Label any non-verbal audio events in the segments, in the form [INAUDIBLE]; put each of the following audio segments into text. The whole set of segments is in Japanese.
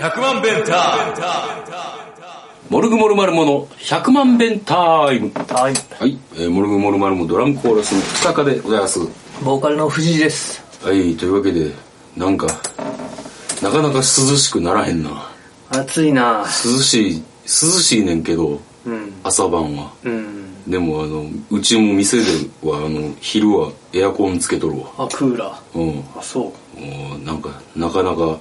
100万弁タモルグモルマルモの100万弁タイムはいはい、えーモルグモルマルモドラムコーラスの草加でございますはボーカルの藤井ですいというわけでなんかなかなか涼しくならへんな暑いな涼しい涼しいねんけどうん朝晩はうんでもあのうちも店ではあの昼はエアコンつけとるわあクーラーうんあそうもうなんかなかなか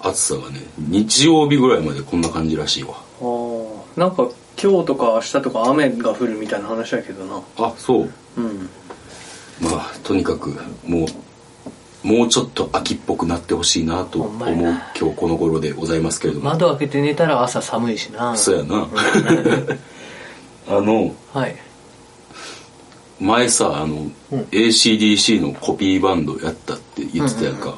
暑さがね日曜日ぐらいまでこんな感じらしいわあーなんか今日とか明日とか雨が降るみたいな話だけどなあそううんまあとにかくもうもうちょっと秋っぽくなってほしいなとほん思まうやな今日この頃でございますけれども、窓開けて寝たら朝寒いしなそうやな [LAUGHS] あのはい前さあの、うん ACDC のコピーバンドやったって言ってたやんか、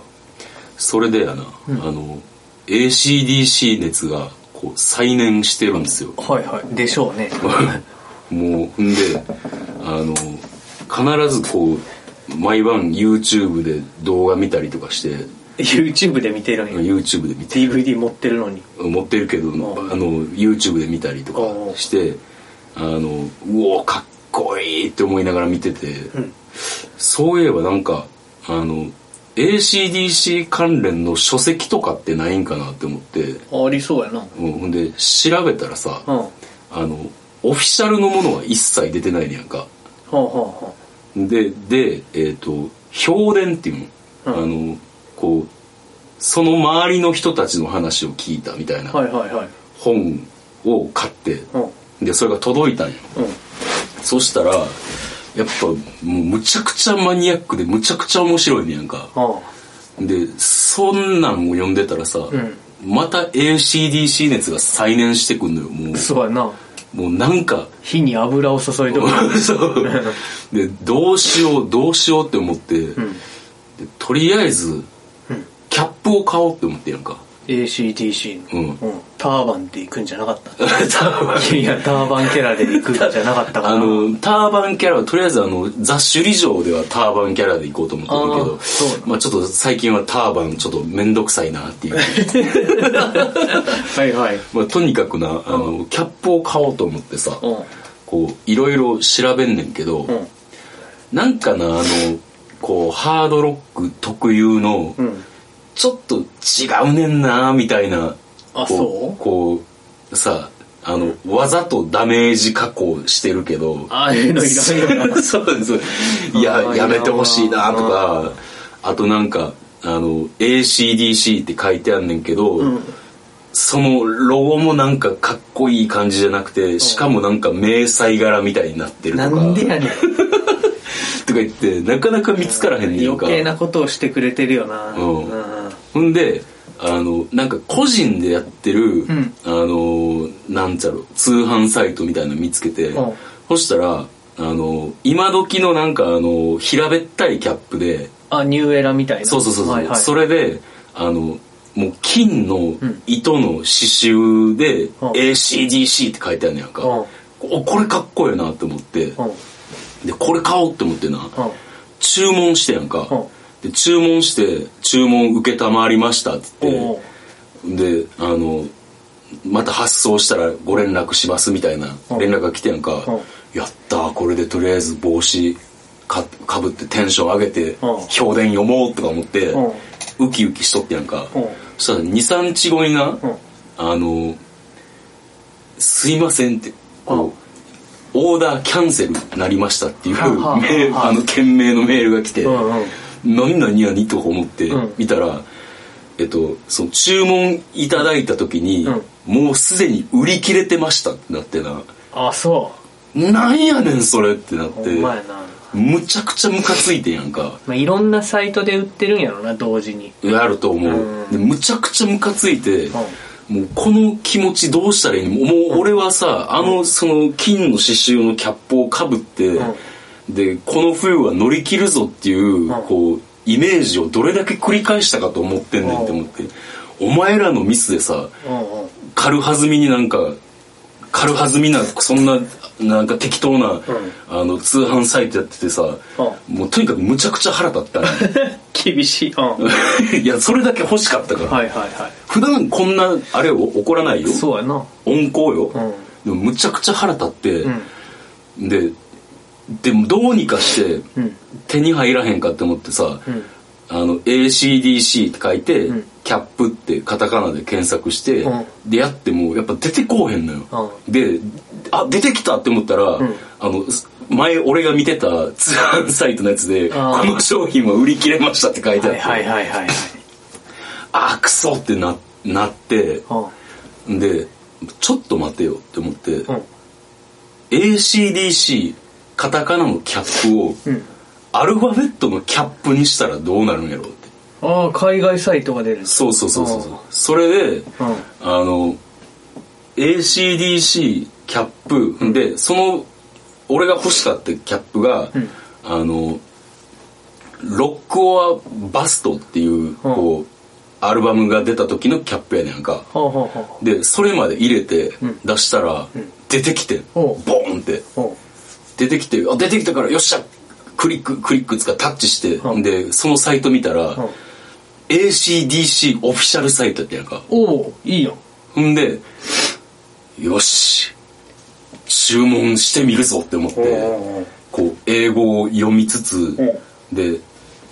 それでやな、あの ACDC 熱がこう再燃してるんです [LAUGHS] よはいはいでしょうねもう、んで、あの、必ずこう、毎晩 YouTube で動画見たりとかして、 [LAUGHS] YouTube で見てるんや YouTube で見て、 DVD 持ってるのに持ってるけど、あんの、YouTube で見たりとかして、あの、うお、かっこいいって思いながら見てて、んそういえばなんか、あの、ACDC 関連の書籍とかってないんかなって思って、ありそうやなうん、ほんで、調べたらさ、うんはあの、オフィシャルのものは一切出てないねやんか。あはででえっ、と評伝っていうの,、あのこうその周りの人たちの話を聞いたみたいなあはあはいはいはい本を買って、うんでそれが届いたんようんそしたらやっぱもうむちゃくちゃマニアックでむちゃくちゃ面白いねやんかあでそんなんを読んでたらさ、んまた ACDC 熱が再燃してくんのよもあそうやなうもうなんか [LAUGHS] 火に油を注いとくそうでどうしようどうしようって思って、でとりあえず、キャップを買おうって思ってや [LAUGHS] んか ACTC の、うんターバンで行くんじゃなかったいやターバンキャラで行くんじゃなかったかなあのターバンキャラはとりあえずあのザ・首里城ではターバンキャラで行こうと思ってるけどあーそうなんまあ、ちょっと最近はターバンちょっと面倒くさいな [LAUGHS] っていうはいはいまあとにかくなあの、キャップを買おうと思ってさ、うんこういろいろ調べんねんけど、うんなんかなあのこうハードロック特有の、うんちょっと違うねんなみたいなこあそうこうさあのわざとダメージ加工してるけどああ [LAUGHS] いうのいらんよなそうなんですいあやーやめてほしいなとかあとなんかあの ACDC って書いてあんねんけど、うんそのロゴもなんかかっこいい感じじゃなくてしかもなんか迷彩柄みた [LAUGHS] いになってるとなかんでやねとか言ってなかなか見つからへんねんん余か計なことをしてくれてるよなうんうんほんであのなんか個人でやってる、んあのなんちゃろ通販サイトみたいなの見つけて、うんそしたらあの今時のなんかあの平べったいキャップであニューエラみたいなそうそうそうそう、はいはい、それであのもう金の糸の刺繍でうん ACDC って書いてあるのやんか、うんおこれかっこええなって思って、うんうんでこれ買おうって思ってな、注文してやんか、で注文して注文受けたまわりましたって言って、おうであのまた発送したらご連絡しますみたいなうん連絡が来てやんか「やったーこれでとりあえず帽子かかぶってテンション上げてうん評伝読もう」とか思ってうウキウキしとってやんかうんそしたら23日後になうん「あのすいません」ってこう。オーダーキャンセルなりましたっていうメはあはあールはああの件名のメールが来てうんうん何何何とか思ってうん見たら、えっとその注文いただいた時に、うんもうすでに売り切れてましたってなってなあそなんやねんそれってなっうてほんまやな、むちゃくちゃムカついてんやんかまあ、いろんなサイトで売ってるんやろな同時にやると思う、うんでむちゃくちゃムカついて、もうこの気持ちどうしたらいいのもう俺はさ、あのその金の刺繍のキャップをかぶって、うでこの冬は乗り切るぞっていう、んこうイメージをどれだけ繰り返したかと思ってんねんって思って、お前らのミスでさ [LAUGHS] うんうん軽はずみになんか軽はずみなそんななんか適当な、あの通販サイトやっててさ、うもうとにかくむちゃくちゃ腹立ったの厳しい、うん、はい [LAUGHS] いやそれだけ欲しかったから、はいは普段こんなあれを怒らないよいそうやな温厚よ、んでもむちゃくちゃ腹立って、うんででもどうにかしてうん手に入らへんかって思ってさ、んあの ACDC って書いて、うんキャップってカタカナで検索して、うんでやってもやっぱ出てこうへんのよ、うであ出てきたって思ったら、んあのす前俺が見てた [LAUGHS] 通販サイトのやつで「こあーの商品は売り切れました」って書いてあはっいて、はいはいはいあクソってななってはでちょっと待てよって思って、いうん ACDC カタカナのキャップを、うんアルファベットのキャップにしたらどうなるんやろうってああ海外サイトが出るんですそうそうそうそうあそーうそれで、うんあの ACDC キャップ、でその俺が欲しかったキャップが、んあのロック・オア・バストっていう、こうアルバムが出た時のキャップやねんかほうほうほうでそれまで入れて出したら、出てきて、おうボーンってほ出てきてあ出てきたからよっしゃクリッククリックつかタッチして、うんでそのサイト見たら、うん ACDC オフィシャルサイトやってやんかうおおいいよほんでよし注文してみるぞって思って、うんうんうんこう英語を読みつつ、で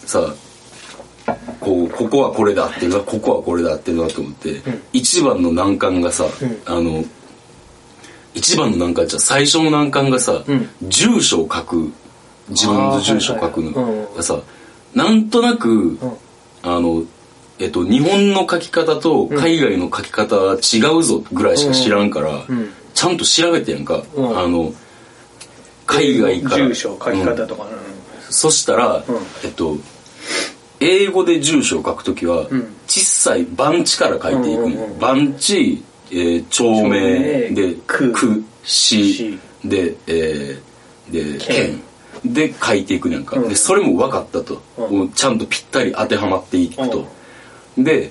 さこうここはこれだっていうのはここはこれだっていうのはと思って、一番の難関がさ、あの一番の難関じゃ最初の難関がさ、ん住所を書く自分の住所を書くあーはいはいはいのうんがさ、なんとなく、あのえっと日本の書き方と海外の書き方は違うぞぐらいしか知らんから、んちゃんと調べてやんか、うんあの海外から住所書きうん方とかねそしたら、えっと英語で住所を書くときは、ん小さい番地から書いていくうんうんうのん番地、えー町名町名で区区市市で,、えーで県県で書いていくなんか、うんでそれも分かったと、うんもうちゃんとぴったり当てはまっていくと、で、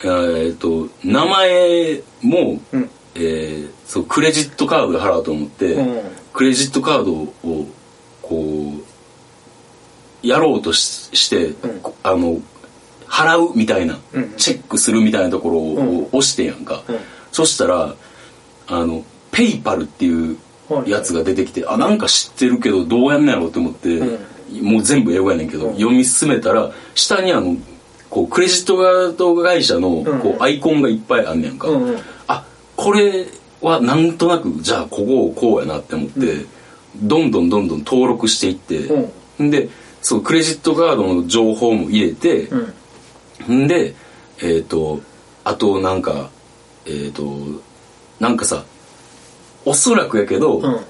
えーっと名前も、うんえーそうクレジットカードで払おうと思って、うんクレジットカードをこうやろうとしして、んこあの払うみたいな、うんチェックするみたいなところを、うん押してんやんか、うんそしたらあのペイパルっていうやつが出てきて、あなんか知ってるけどどうやんのやろうと思って、もう全部英語やねんけど、読み進めたら下にあのこうクレジットカード会社のんこうアイコンがいっぱいあんねやんか、うんうんあこれはなんとなくじゃあここをこうやなって思って、どんどんどんどん登録していって、でそうクレジットカードの情報も入れて、うんうんんでえっ、とあとなんかえっ、となんかさおそらくやけど、うん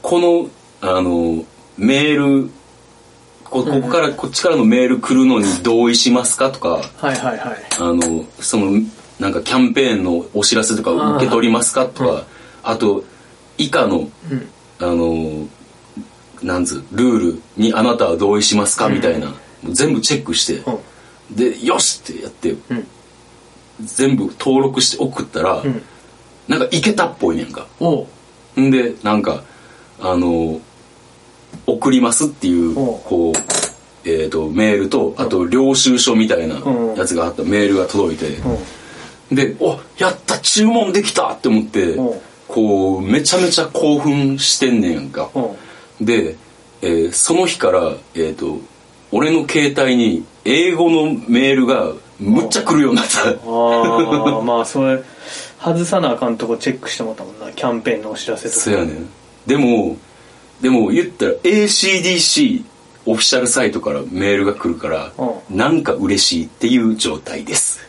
このあのメールこここから、こっちからのメール来るのに同意しますかとかはいはいはいあのそのなんかキャンペーンのお知らせとか受け取りますかとか、あと以下のうんあのなんつうルールにあなたは同意しますかみたいな、もう全部チェックして、でよしってやって、ん全部登録して送ったら、んなんかいけたっぽいねんかおうんでなんかあの送りますっていうおうこう、えー、とメールとあと領収書みたいなやつがあったメールが届いて、で「おやった注文できた!」って思ってうんこうめちゃめちゃ興奮してんねやんかうんで、えーその日から、えー、と俺の携帯に英語のメールがむっちゃ来るようになったああ [LAUGHS] まあそれ外さなあかんとこチェックしてもらったもんなキャンペーンのお知らせとかそやねんでもでも言ったら ACDC オフィシャルサイトからメールが来るからうなんか嬉しいっていう状態です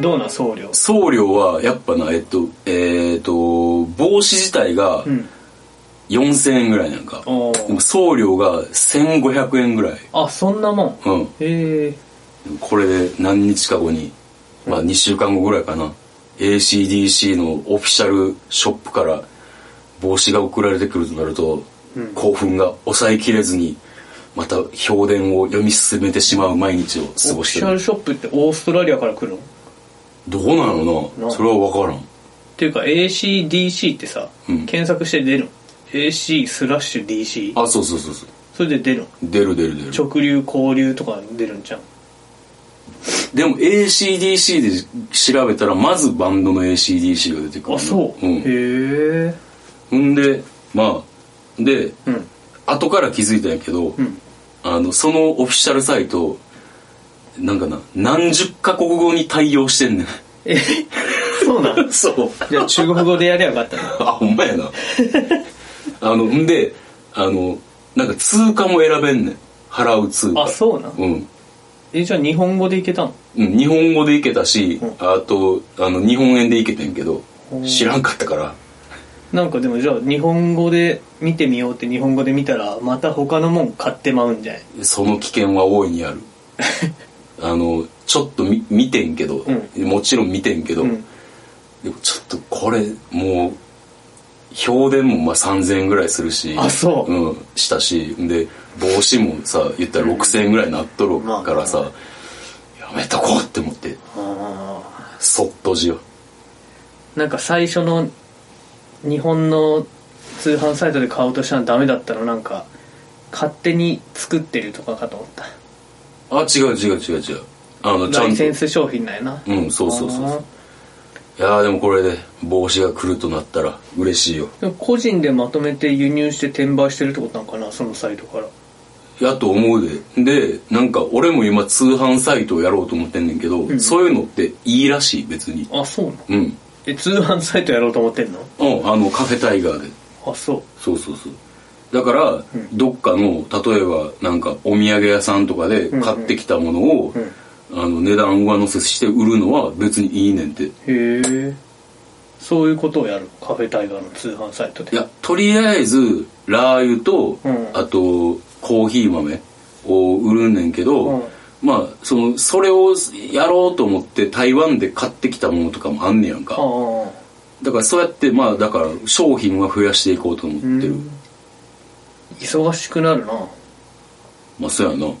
どうなん送料送料はやっぱなえっとえっ、と帽子自体がん4000円ぐらいなんか、おでもー送料が1500円ぐらいあそんなもんうんへえこれで何日か後にまあ2週間後ぐらいかな ACDC のオフィシャルショップから帽子が送られてくるとなると、興奮が抑えきれずにまた評伝を読み進めてしまう毎日を過オフごィしシてャるルショップってオーストラリアから来るのどうなのななそれは分からんっていうか ACDC ってさ、うん検索して出るん AC スラッシュ DC あそうそうそうそうそれで出るん出る出る出る直流交流とか出るんじゃんでも ACDC で調べたらまずバンドの ACDC が出てくるあそう、ん、へえほんでまあで、うん後から気づいたんやけど、んあのそのオフィシャルサイトなんかな何十カ国語に対応してんねんえそ [LAUGHS] うなんそうじゃあ中国語でやりゃよかったな [LAUGHS] あほんまや [LAUGHS] なあのんであのなんか通貨も選べんねん払う通貨あそうなんうん、えじゃあ日本語でいけたのうん、日本語でいけたし、うんあとあの日本円でいけてんけど知らんかったからなんかでもじゃあ日本語で見てみようって日本語で見たらまた他のもん買ってまうんじゃないその危険は大い [LAUGHS] にあるあのちょっとみ見てんけど、うもちろん見てんけど、うんでもちょっとこれもう表電もまあ3000円ぐらいするしあそううん、したしで帽子もさ言ったら6000円ぐらいなっとるからさ、まあやめとこうって思ってそっとじよなんか最初の日本の通販サイトで買おうとしたのダメだったのなんか勝手に作ってるとかかと思ったあ違う違う違う違うあのちゃラんイとセンいス商品なんやなうんそうそうそうそうあやーでもこれで帽子が来るとなったら嬉しいよーでも個人でまとめて輸入して転売してるってことなんかなそのサイトからやと思うででなんか俺も今通販サイトをやろうと思ってんねんけど、んそういうのっていいらしい別にあそうなのうんえ通販サイトやろうと思ってんのうんあのカフェタイガーであそうそうそうそうだから、んどっかの例えばなんかお土産屋さんとかでん買ってきたものを、うんあの値段上乗せして売るのは別にいいねんっていへえそういうことをやるカフェタイガーの通販サイトでやとりあえずラー油と、うんあとコーヒー豆を売るねんけど、うんまあそのそれをやろうと思って台湾で買ってきたものとかもあんねやんかああだからそうやってまあだから商品は増やしていこうと思ってる、うん忙しくなるなまあそうやなうん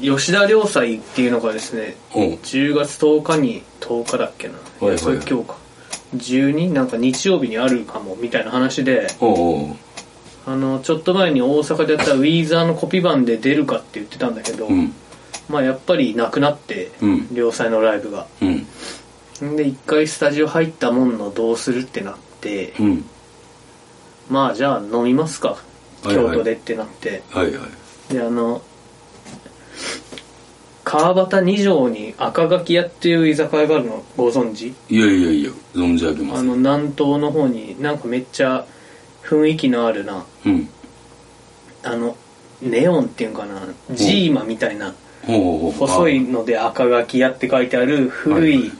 吉田良斎っていうのがですねうん10月10日に10日だっけな、いはいはいそれ今日か12なんか日曜日にあるかもみたいな話でおうおうあのちょっと前に大阪でやったウィーザーのコピー版で出るかって言ってたんだけど、うんまあやっぱりなくなって、うん両サイのライブがうんんで一回スタジオ入ったもんのどうするってなって、うんまあじゃあ飲みますかいはい京都でってなって、はいはいであの川端二条に赤垣屋っていう居酒屋があるのご存知いやいやいや存じ上げまあせんの南東の方になんかめっちゃ雰囲気のあるなうんあのネオンっていうんかなジーマみたいなほうほうほう細いので赤垣屋って書いてある古い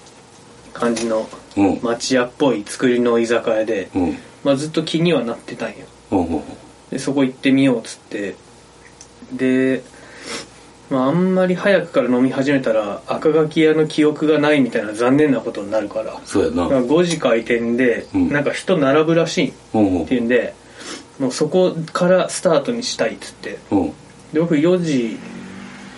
感じのあうん町屋っぽい作りの居酒屋で、うんまあ、ずっと気にはなってたんよほうほうほでそこ行ってみようっつってで、まあ、あんまり早くから飲み始めたら赤垣屋の記憶がないみたいな残念なことになるからうそうやなだから5時開店で、うんなんか人並ぶらしいっほうほうていうんでもうそこからスタートにしたいっつってほで僕4時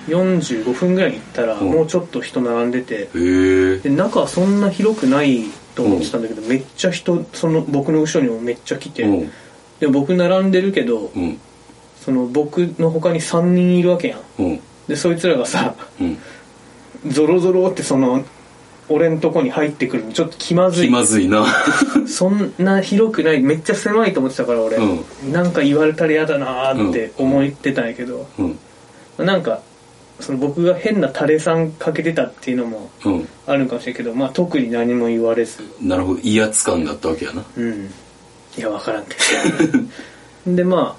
45分ぐらいに行ったら、うんもうちょっと人並んでてうへえで中はそんな広くないと思ってたんだけど、めっちゃ人その僕の後ろにもめっちゃ来て、うんで僕並んでるけど、うんその僕の他に3人いるわけやんうんでそいつらがさ [LAUGHS] うんゾロゾロってその俺んとこに入ってくるのちょっと気まず気いまずいな [LAUGHS] そんな広くないめっちゃ狭いと思ってたから俺、うなんか言われたら嫌だなーって思ってたんやけど、うんなんかその僕が変なタレさんかけてたっていうのもうんあるんかもしれんけどまあ特に何も言われずなるほど威圧感だったわけやなうんいや分からんけど [LAUGHS] でま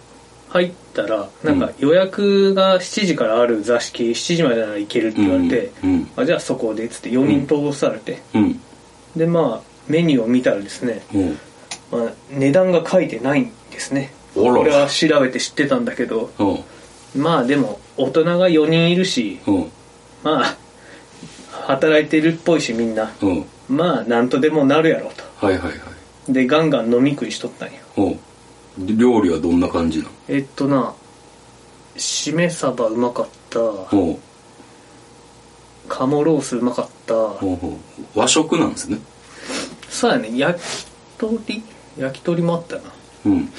あ入ったらなんか予約が7時からある座敷7時までなら行けるって言われて、うんあじゃあそこでっつって4人通されて、うんでまあメニューを見たらですね、うんまあ、値段が書いてないんですねあらこれは調べて知ってたんだけどうんまあでも大人が4人いるしうんまあ働いてるっぽいしみんなうんまあなんとでもなるやろとはいはいはいでガンガン飲み食いしとったんようん料理はどんな感じなのえっとなしめ鯖うまかっったほう鴨ロースうまかったほうほう和食なんですねそうやね焼き鳥焼き鳥もあったなうん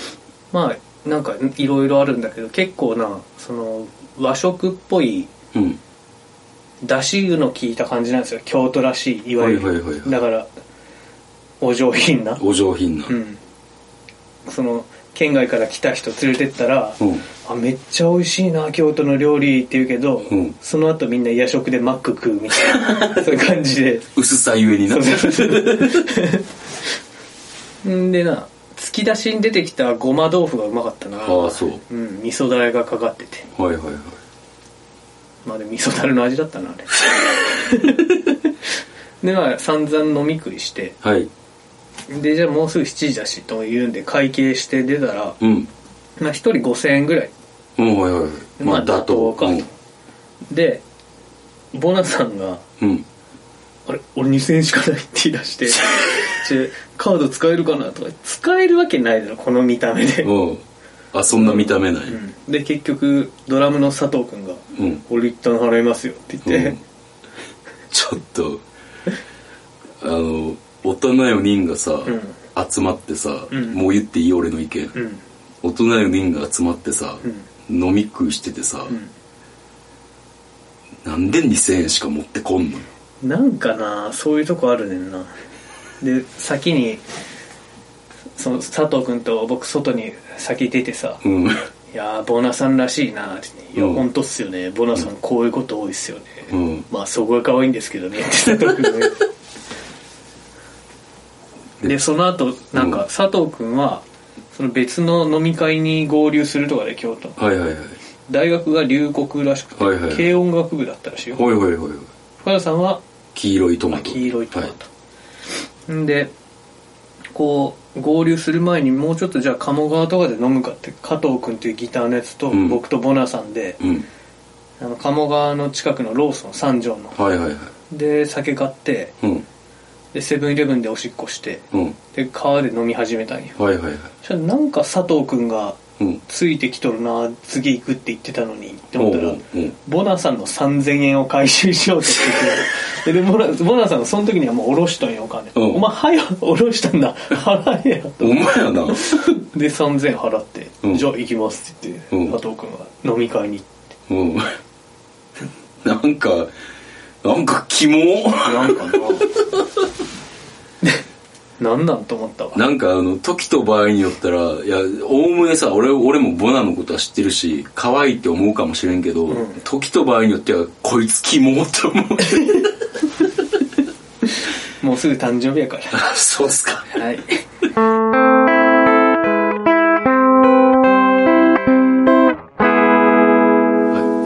まあなんかいろいろあるんだけど結構なその和食っぽいうんだしの効いた感じなんですよ京都らしいいわゆる、はいはいはいはいだからお上品なお上品なう、んその県外から来た人連れてったら、うんあめっちゃ美味しいな京都の料理って言うけど、うんその後みんな夜食でマック食うみ [LAUGHS] たいなそういう感じで薄さゆえになうんでな突き出しに出てきたごま豆腐がうまかったなああそううん味噌だれがかかっててはいはいはいまあでも味噌だれの味だったなあれ [LAUGHS] でまあ散々飲み食いしてはいでじゃあもうすぐ7時だしというんで会計して出たら、うんまあ、1人5000円ぐらいうんはいはいはいまあ妥当かとでボナさんがうん、うん、 「あれ俺2000円しかない」って言い [LAUGHS] 出して「ちょカード使えるかな?」とか「使えるわけないだろこの見た目で」うんあそんな見た目ない、で結局ドラムの佐藤君がうん「俺一旦払いますよ」って言って、うんちょっとあの大人4人がさ、ん集まってさ、んもう言っていい俺の意見、ん大人4人が集まってさ、飲み食いしててさ、なんで2000円しか持ってこんのよなんかなそういうとこあるねんなで先にその佐藤君と僕外に先出てさ「うんいやーボナさんらしいな」って「いや、うん本当っすよねボナさんこういうこと多いっすよね、うんまあそこが可愛いんですけ [LAUGHS] どね」って佐藤君が言ってでその後なんうか佐藤君はその別の飲み会に合流するとかで京都のはいはいはい大学が留国らしくて、はいはい軽音楽部だったらしいよほいほいほいほい深田さんは黄色いトマト黄色いトマはいト、んでこう合流する前にもうちょっとじゃあ鴨川とかで飲むかって加藤君というギターのやつと、うん僕とボナさんで、うんあの鴨川の近くのローソン三条のはいはいはいで酒買ってうんでセブンイレブンでおしっこしてうんで川で飲み始めたんよはいはいはいそしたらなんか佐藤君がうんついてきとるな次行くって言ってたのにって思ったらおうおうおうボナさんの3000円を回収しようとし [LAUGHS] ててでボナボナさんがその時にはもう下ろしたんよお金、うんお前早く下ろしたんだ払えや [LAUGHS] とお前やな [LAUGHS] で3000円払って、うんじゃあ行きますって言って、うん佐藤君は飲み会に行ってうんなんかなんかキモなんかななんなんと思ったわなんかあの時と場合によったらいやおおむねさ俺俺もボナのことは知ってるし可愛いって思うかもしれんけど、ん時と場合によってはこいつキモって思うもうすぐ誕生日やか [LAUGHS] そうっすからはい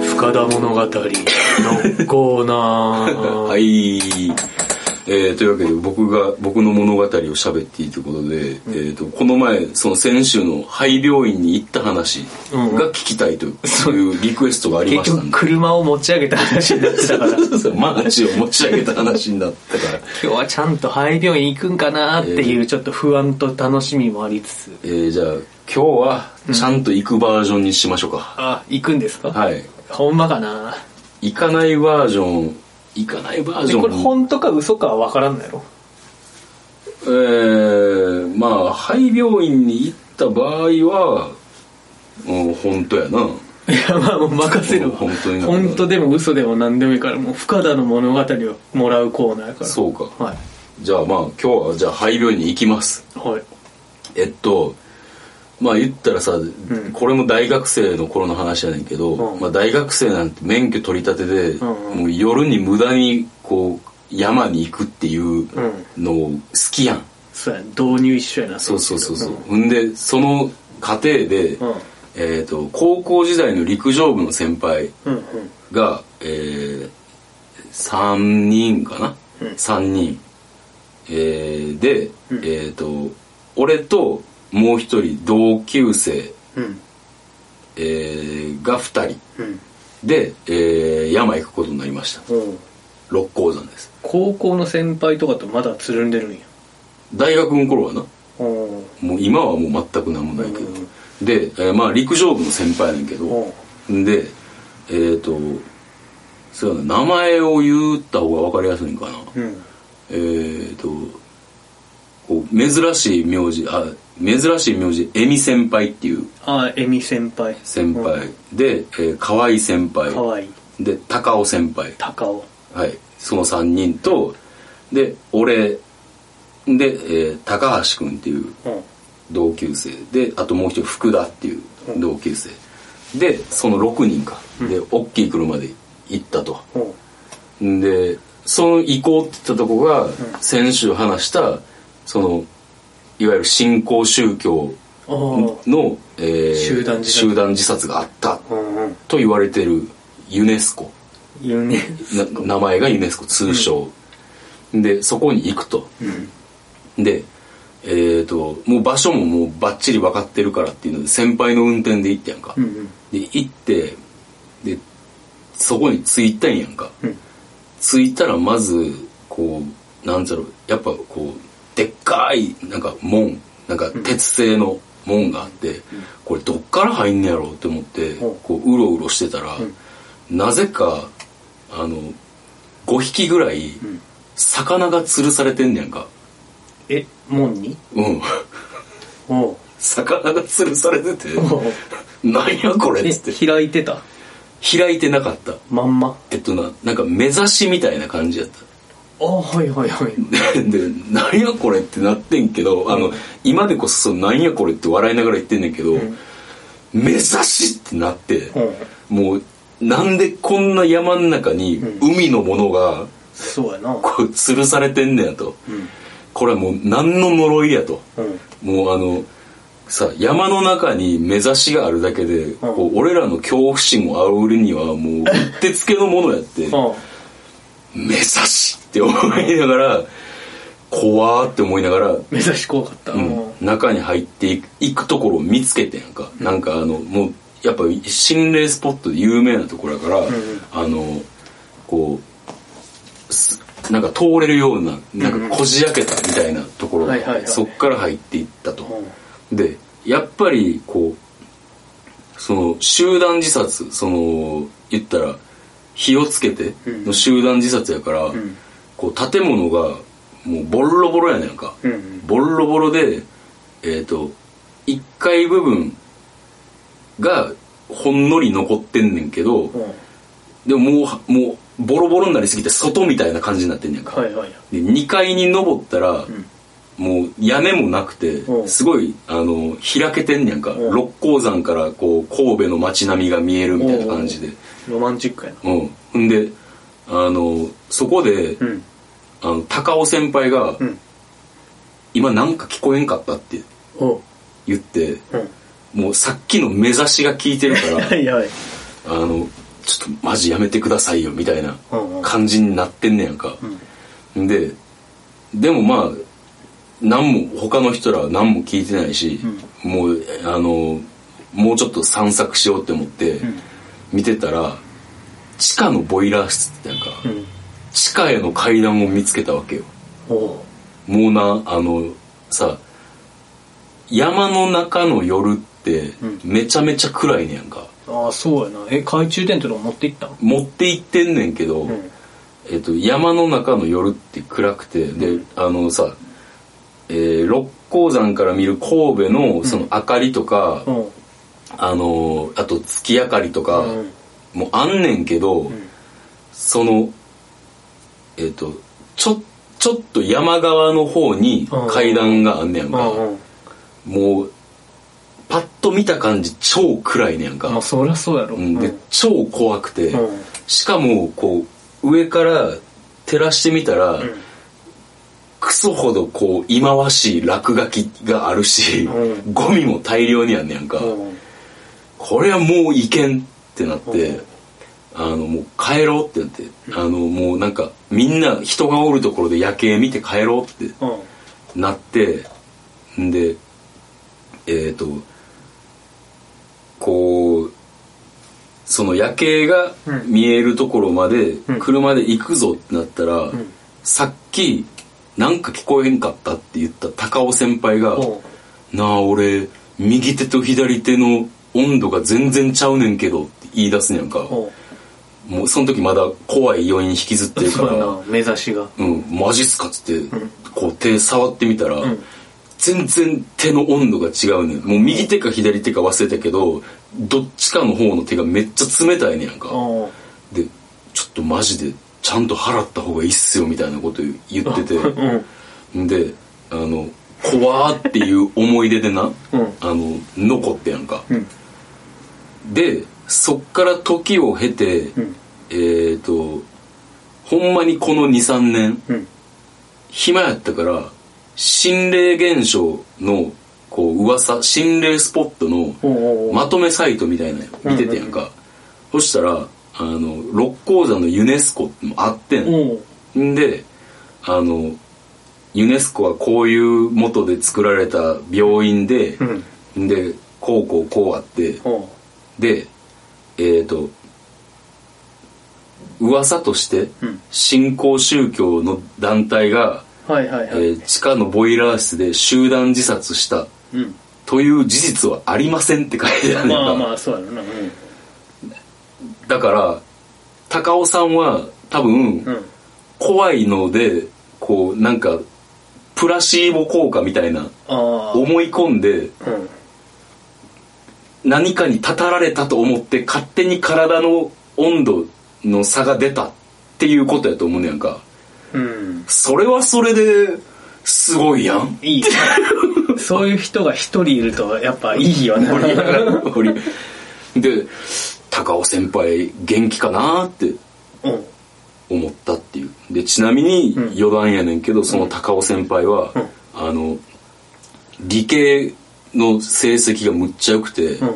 深田物語のコーナー [LAUGHS] はい、えーというわけで僕が僕の物語を喋っていいということで、えー、とこの前その先週の廃病院に行った話が聞きたいという,、いうリクエストがありま結したん局で車を持ち上げた話になってたから今そうマーチを持ち上げた話になったから。日はちゃんと肺病院行くんかなっていうちょっと不安と楽しみもありつつえーじゃあ今日はちゃんと行くバージョンにしましょうか、あ行くんですか、はいほんまかな行かないバージョン行かないバーでジョンこれ本当か嘘かは分からんのやろえー、まあ廃病院に行った場合はうん本当やないやまあもう任せるわ本当に本当でも嘘でも何でもいいからもう深田の物語をもらうコーナーやからそうかはいじゃあまあ今日はじゃあ廃病院に行きますはいえっとまあ言ったらさ、これも大学生の頃の話やねんけど、うんまあ、大学生なんて免許取り立てで、んうんもう夜に無駄にこう山に行くっていうの好きやん、そうや導入一緒やなそうそうそうそうう、ほんでその過程で、んえー、と高校時代の陸上部の先輩うんうんが、えー、3人かな、うん三3人、えーで、えー、と俺ともう一人同級生、うんえーが2人うんで、えー山行くことになりましたうん六甲山です高校の先輩とかとまだつるんでるんや大学の頃はなうんもう今はもう全く何もないけど、うんで、えーまあ陸上部の先輩やねんけど、うんでえっ、とそうやな名前を言った方が分かりやすいんかなうんえっ、とこう珍しい名字あ珍しい名字恵美先輩っていうああエミ先輩先輩、で、えー河合先輩かわいいで高尾先輩高尾はい、その3人とで俺で、えー高橋君っていううん同級生であともう一人福田っていう同級生でその6人か、で大きい車で行ったとうんでその行こうって言ったとこが、先週話したそのいわゆる新興宗教ああの、えー集団自殺集団自殺があったうんうんと言われてるユネスコ言うねな名前がユネスコ通称、でそこに行くとうんでえー、ともう場所ももうバッチリ分かってるからっていうので先輩の運転で行ったやんか、うんうんで行ってでそこに着いたんやんかうん着いたらまずこうなんだろうやっぱこうでっかいなんか門なんか鉄製の門があって、これどっから入んねやろうって思ってほうこううろうろしてたら、なぜかあの5匹ぐらいん魚が吊るされてんねやんかえ門にうんおう魚が吊るされてて [LAUGHS] おうなんやこれっえつって開いてた開いてなかったまんまえっとななんか目指しみたいな感じやった [LAUGHS] ああはいはいはいでで「なんやこれ」ってなってんけど、あの今でこそ「なんやこれ」って笑いながら言ってんねんけど「ん目指し」ってなって、うんもうなんでこんな山ん中にう海のものがそうやなこう吊るされてんねやと、うんこれはもう何の呪いやとうんもうあのさ山の中に目指しがあるだけで、こう俺らの恐怖心を煽るにはもううってつけのものやって。あ目指しって思いながら怖ーって思いながら、目指し怖かったううんん中に入っていくところを見つけてんやんか、なんかあのもうやっぱ心霊スポットで有名なところだから、んあのこうすなんか通れるようななんかこじ開けたみたいなところがあって、はいはいはいそっから入っていったと。でやっぱりこうその集団自殺その言ったら火をつけてうんの集団自殺やから、んこう建物がもうボロボロやねんか、うんうんボロボロでえっ、と1階部分がほんのり残ってんねんけど、うんでももうもうボロボロになりすぎて外みたいな感じになってんねんか、はいはいで2階に登ったら、んもう屋根もなくてうんすごいあの開けてんねやんかうん六甲山からこう神戸の街並みが見えるみたいな感じでロマンチックやなうんほんであのそこで、うんあの高尾先輩が、うん今なんか聞こえんかった」っておう言ってうんもうさっきの目指しが効いてるかは [LAUGHS] らいはいあのちょっとマジやめてくださいよみたいなうんうん感じになってんねやんか、うんででもまあ何も他の人らは何も聞いてないし、もうえあのもうちょっと散策しようって思ってん見てたら、地下のボイラー室ってなんか、うん地下への階段を見つけたわけよおうもうなあのさ山の中の夜ってんめちゃめちゃ暗いねやんかああそうやなえ懐中電灯とか持っていったん持って行ってんねんけど、うんえっと、山の中の夜って暗くてであのさ、えー六甲山から見る神戸のその明かりとか、うんあのあと月明かりとか、うんもうあんねんけど、そのえっとちょちょっと山側の方に階段があんねやんうか、んうんもうパッと見た感じ超暗いねやんか、まあそりゃそうやろうんでうん超怖くて、うんしかもこう上から照らしてみたら、クソほどこう忌まわしい落書きがあるし、うゴミも大量にあんねやんか、うんこれはもういけんってなって、あのもう帰ろうってなって、あのもうなんかみんな人がおるところで夜景見て帰ろうってうんなってんでえっ、とこうその夜景がうん見えるところまでん車で行くぞってなったら、んさっきなんか聞こえへんかったって言った高尾先輩がお「うなあ俺右手と左手の温度が全然ちゃうねんけど」って言い出すねやんかおうもうその時まだ怖い余韻引きずってるか [LAUGHS] そうやらな目指しが「うんマジっすか」っつってこう手触ってみたら、ん全然手の温度が違うねんもう右手か左手か忘れたけどどっちかの方の手がめっちゃ冷たいねやんか、おうでちょっとマジでちゃんと払った方がいいっすよみたいなこと言ってて、うんであの怖ーっていう思い出でな、あの残ってやんか、うんでそっから時を経て、んえっ、とほんまにこの23年、うん暇やったから心霊現象のこう噂心霊スポットのおうおうおうまとめサイトみたいなの見ててやんか、そしたらあの六甲山のユネスコってのもあってん、おうんであのユネスコはこういう元で作られた病院で、でこうこうこうあっておうでえっ、と噂としてうん新興宗教の団体が、はいはいえはい、ー地下のボイラー室で集団自殺したうんという事実はありませんって書いてあるねんまかあまあそうやろなうんだから高尾さんは多分、うん怖いのでこうなんかプラシーボ効果みたいなああ思い込んでうん何かにたたられたと思って勝手に体の温度の差が出たっていうことやと思うねやんかうんそれはそれですごいやん [LAUGHS] いいねそういう人が一人いるとやっぱいいよね盛り上がる盛りで高尾先輩元気かなってうん思ったっていうでちなみにうん余談やねんけど、その高尾先輩は、あの理系の成績がむっちゃ良くて、うん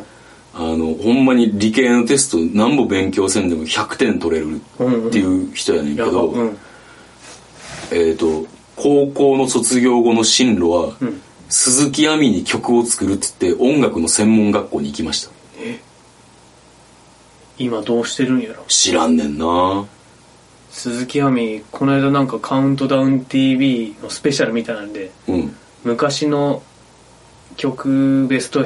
あのほんまに理系のテスト何も勉強せんでも100点取れるっていう人やねんけやばど、うんえー、と高校の卒業後の進路は、うん鈴木亜美に曲を作るって言って音楽の専門学校に行きました今どうしてるんやろ知らんねんな鈴木亜美この間なんか「カウントダウン TV」のスペシャルみたいなんでうん昔の曲ベスト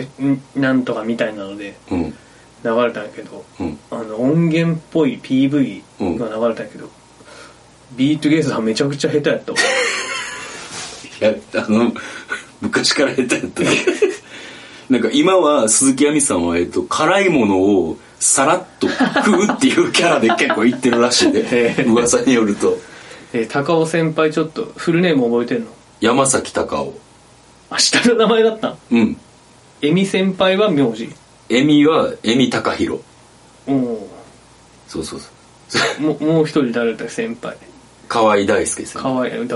なんとかみたいなのでうん流れたんやけどうんあの音源っぽい PV うんが流れたんやけど、ビートゲーズさんめちゃくちゃ下手やったわいやあの [LAUGHS] 昔から下手やったね [LAUGHS] なんか今は鈴木亜美さんは、えっと、辛いものをさらっと食うっていうキャラで結構言ってるらしいへでえ噂によるとえー高尾先輩ちょっとフルネーム覚えてんの山崎隆夫あ下の名前だったんうんエミ先輩は名字エミはエミ隆弘おおそうそうそうももう一人誰だったっけ先輩河合大輔さん河合大好き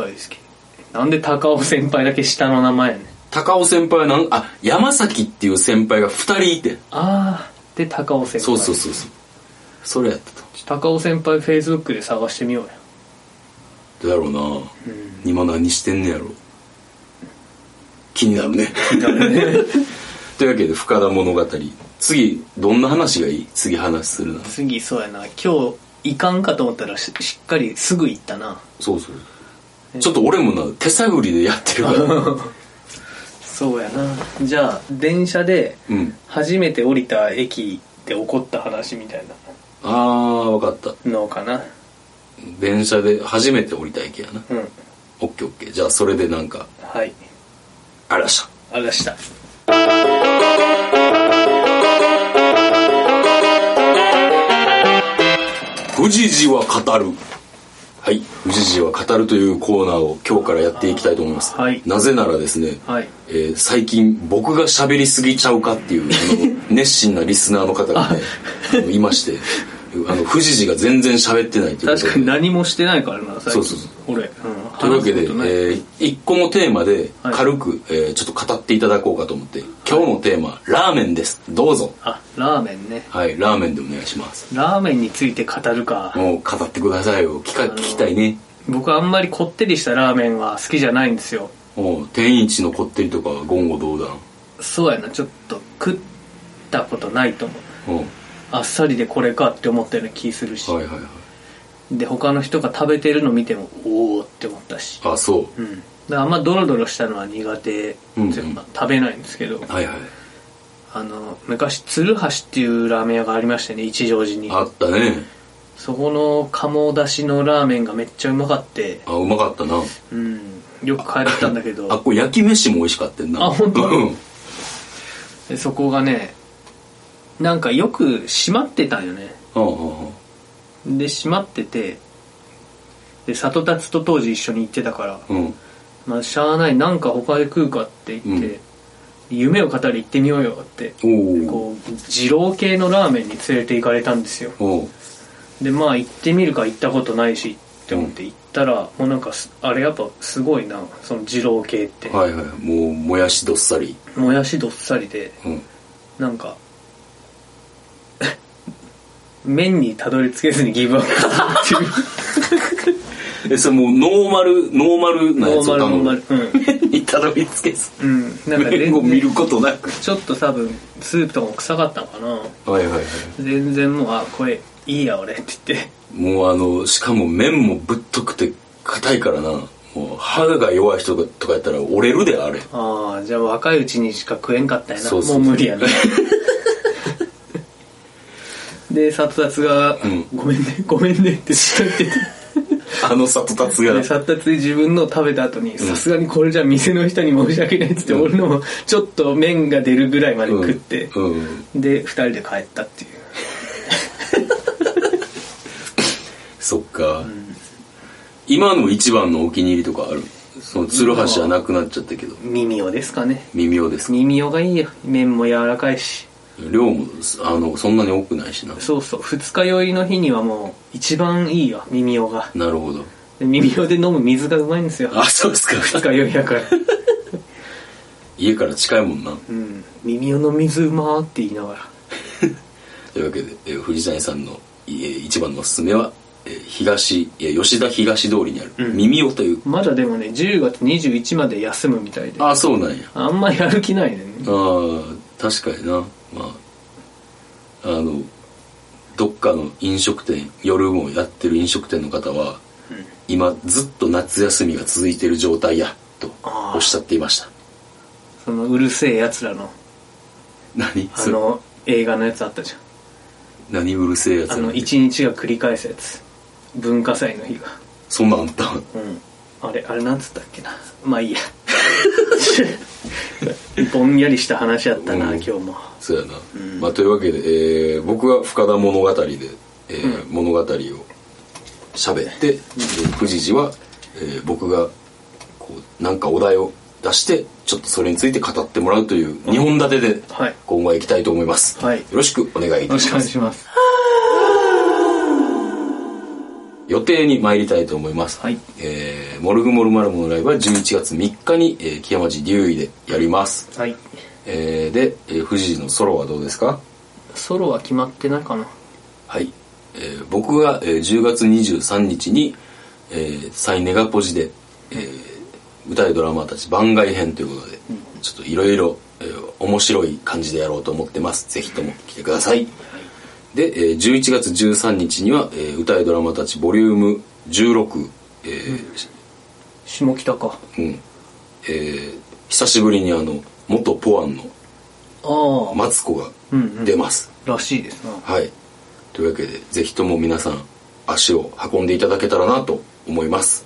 なんで高尾先輩だけ下の名前やねん高尾先輩はなんあ山崎っていう先輩が2人いてああで高尾先輩そうそうそうそうそれやった高尾先輩フェイスブックで探してみようやとだろうな、今何してんねやろ気になるね [LAUGHS] というわけで深田物語次どんな話がいい次話するな [LAUGHS] 次そうやな今日いかんかと思ったらししっかりすぐ行ったなそうそうちょっと俺もな手探りでやってるからそうやなじゃあ電車でうん初めて降りた駅で起こった話みたい [LAUGHS] ああ分かったなのかな電車で初めて降りた駅やなうんオッケーオッケーじゃあそれでなんかはいあらしたありがとうございました富士寺は語るはい富士寺は語るというコーナーを今日からやっていきたいと思います、あーはいなぜならですね、はいえー最近僕が喋りすぎちゃうかっていうあの熱心なリスナーの方がねあのいましてあの富士寺が全然喋ってないということで確かに何もしてないからな最近そうそうそう俺、うん、というわけで、話すことないえー一個のテーマではい軽く、えーちょっと語っていただこうかと思って今日のテーマ、ラーメンですどうぞあラーメンねはいラーメンでお願いしますラーメンについて語るかもう語ってくださいよ聞か聞きたいね僕あんまりこってりしたラーメンは好きじゃないんですよもう天一のこってりとかは言語道断そうやなちょっと食ったことないと思ううんあっさりでこれかって思ったような気するし、はいはいはいで他の人が食べてるの見てもおおって思ったしあそうんだからあんまドロドロしたのは苦手、うんうん全部食べないんですけどうはいはいあの昔鶴橋っていうラーメン屋がありましたね一乗寺にあったねそこの鴨だしのラーメンがめっちゃうまかってあうまかったなうんよく帰ったんだけどあこれ焼き飯も美味しかったんなあ本当うんでそこがねなんかよく閉まってたんよねうんうんで閉まっててで里達と当時一緒に行ってたからうんうんまあしゃあないなんか他で食うかって言って、夢を語り行ってみようよっておこう二郎系のラーメンに連れて行かれたんですよおおうでまあ行ってみるか行ったことないしって思って行ったら、もうなんかすあれやっぱすごいなその二郎系って、はいはいもうもやしどっさりもやしどっさりでうんなんか麺にたどり着けずにギブアップするえそれもうノーマルノーマルっていうなやノつーマをル頼ノーむマルう [LAUGHS] んにたどり着けずうんなんか麺を全見る然ことなくちょっと多分スープとかも臭かったのかなはいはいはい全然もうあこれいいや俺って言ってもうあのしかも麺もぶっとくて硬いからなもう肌が弱い人とかやったら折れるであれああじゃあ若いうちにしか食えんかったんやなそうそうそうもう無理やなで殺達が、んごめんねごめんね」ってずっと言って [LAUGHS] あの里達てがで殺達自分の食べた後にさすがにこれじゃ店の人に申し訳ないっつって、うん俺のもちょっと麺が出るぐらいまでうん食って、うんで2人で帰ったっていうそっか、今の一番のお気に入りとかあるその鶴橋じゃなくなっちゃったけど耳をですかね耳をですか耳をがいいよ麺も柔らかいし量もあのそんなに多くないしなそうそう二日酔いの日にはもう一番いいよ耳をがなるほどで耳をで飲む水がうまいんですよあそうですか [LAUGHS] 二日酔いだから家から近いもんなうん耳をの水うまーって言いながらというわけで、えー藤谷さんの、えー一番のおすすめは、えー東えー吉田東通りにある、うん耳をというまだでもね10月21まで休むみたいであああそうなんやんまやる気ないねんねああ確かになまああのどっかの飲食店夜もやってる飲食店の方は、今ずっと夏休みが続いてる状態やとあーおっしゃっていましたそのうるせえやつらの何あそれの映画のやつあったじゃ何うるせえやつんあなの一日が繰り返すやつ文化祭の日がそんなんあったうんあれあれなんつったっけなまあいいや [LAUGHS] ぼんやりした話やったな、うん今日もそうやな、まあ、というわけで、えー僕は深田物語で、えー物語を喋って、えー藤次は、えー僕がこうなんかお題を出してちょっとそれについて語ってもらうという2本立てではい今後は行きたいと思います、はいよろしくお願いいよたろししくおま願いすします予定に参りたいと思います、はいえーモルグモルマルモのライブは11月3日に、えー、木山寺龍井でやります、はいえーで、えー、藤次のソロはどうですかソロは決まってないかなはい、えー僕が、えー10月23日に、えー、サイネガポジで、えー歌いドラマーたち番外編ということで、ちょっといろいろえー面白い感じでやろうと思ってますぜひとも来てくださいで、えー11月13日には、えー歌いドラマーたちボリューム16、えー下北かうんえー久しぶりにあの元ポアンのああ、マツコが出ます、らしいですなはい。というわけで、ぜひとも皆さん、足を運んでいただけたらなと思います。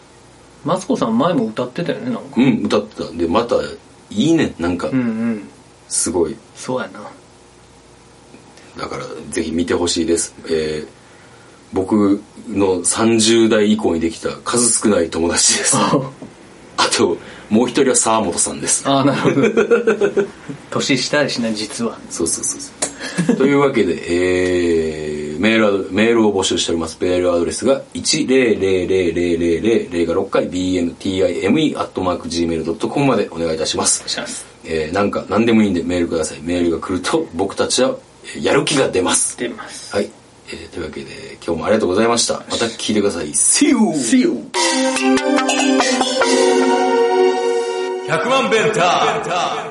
マツコさん前も歌ってたよねなんかうん、歌ってた。で、また、いいね。なんかう、んうんすごい。そうやなだから、ぜひ見てほしいです。えー僕の30代以降にできた数少ない友達です。あと、もう一人は沢本さんです。 [LAUGHS] ああなるほど [LAUGHS] 年下やしな実はそうそうそうそう。というわけで、えー、メールア、メールを募集しております。メールアドレスが、1000000が6回、bmtime.gmail.com までお願いいたします。しますえー、なんか、何でもいいんでメールください。メールが来ると、僕たちは、えーやる気が出ます。出ますはい。えー、というわけで、今日もありがとうございました。また聞いてください。See you! See you! 100万ベンター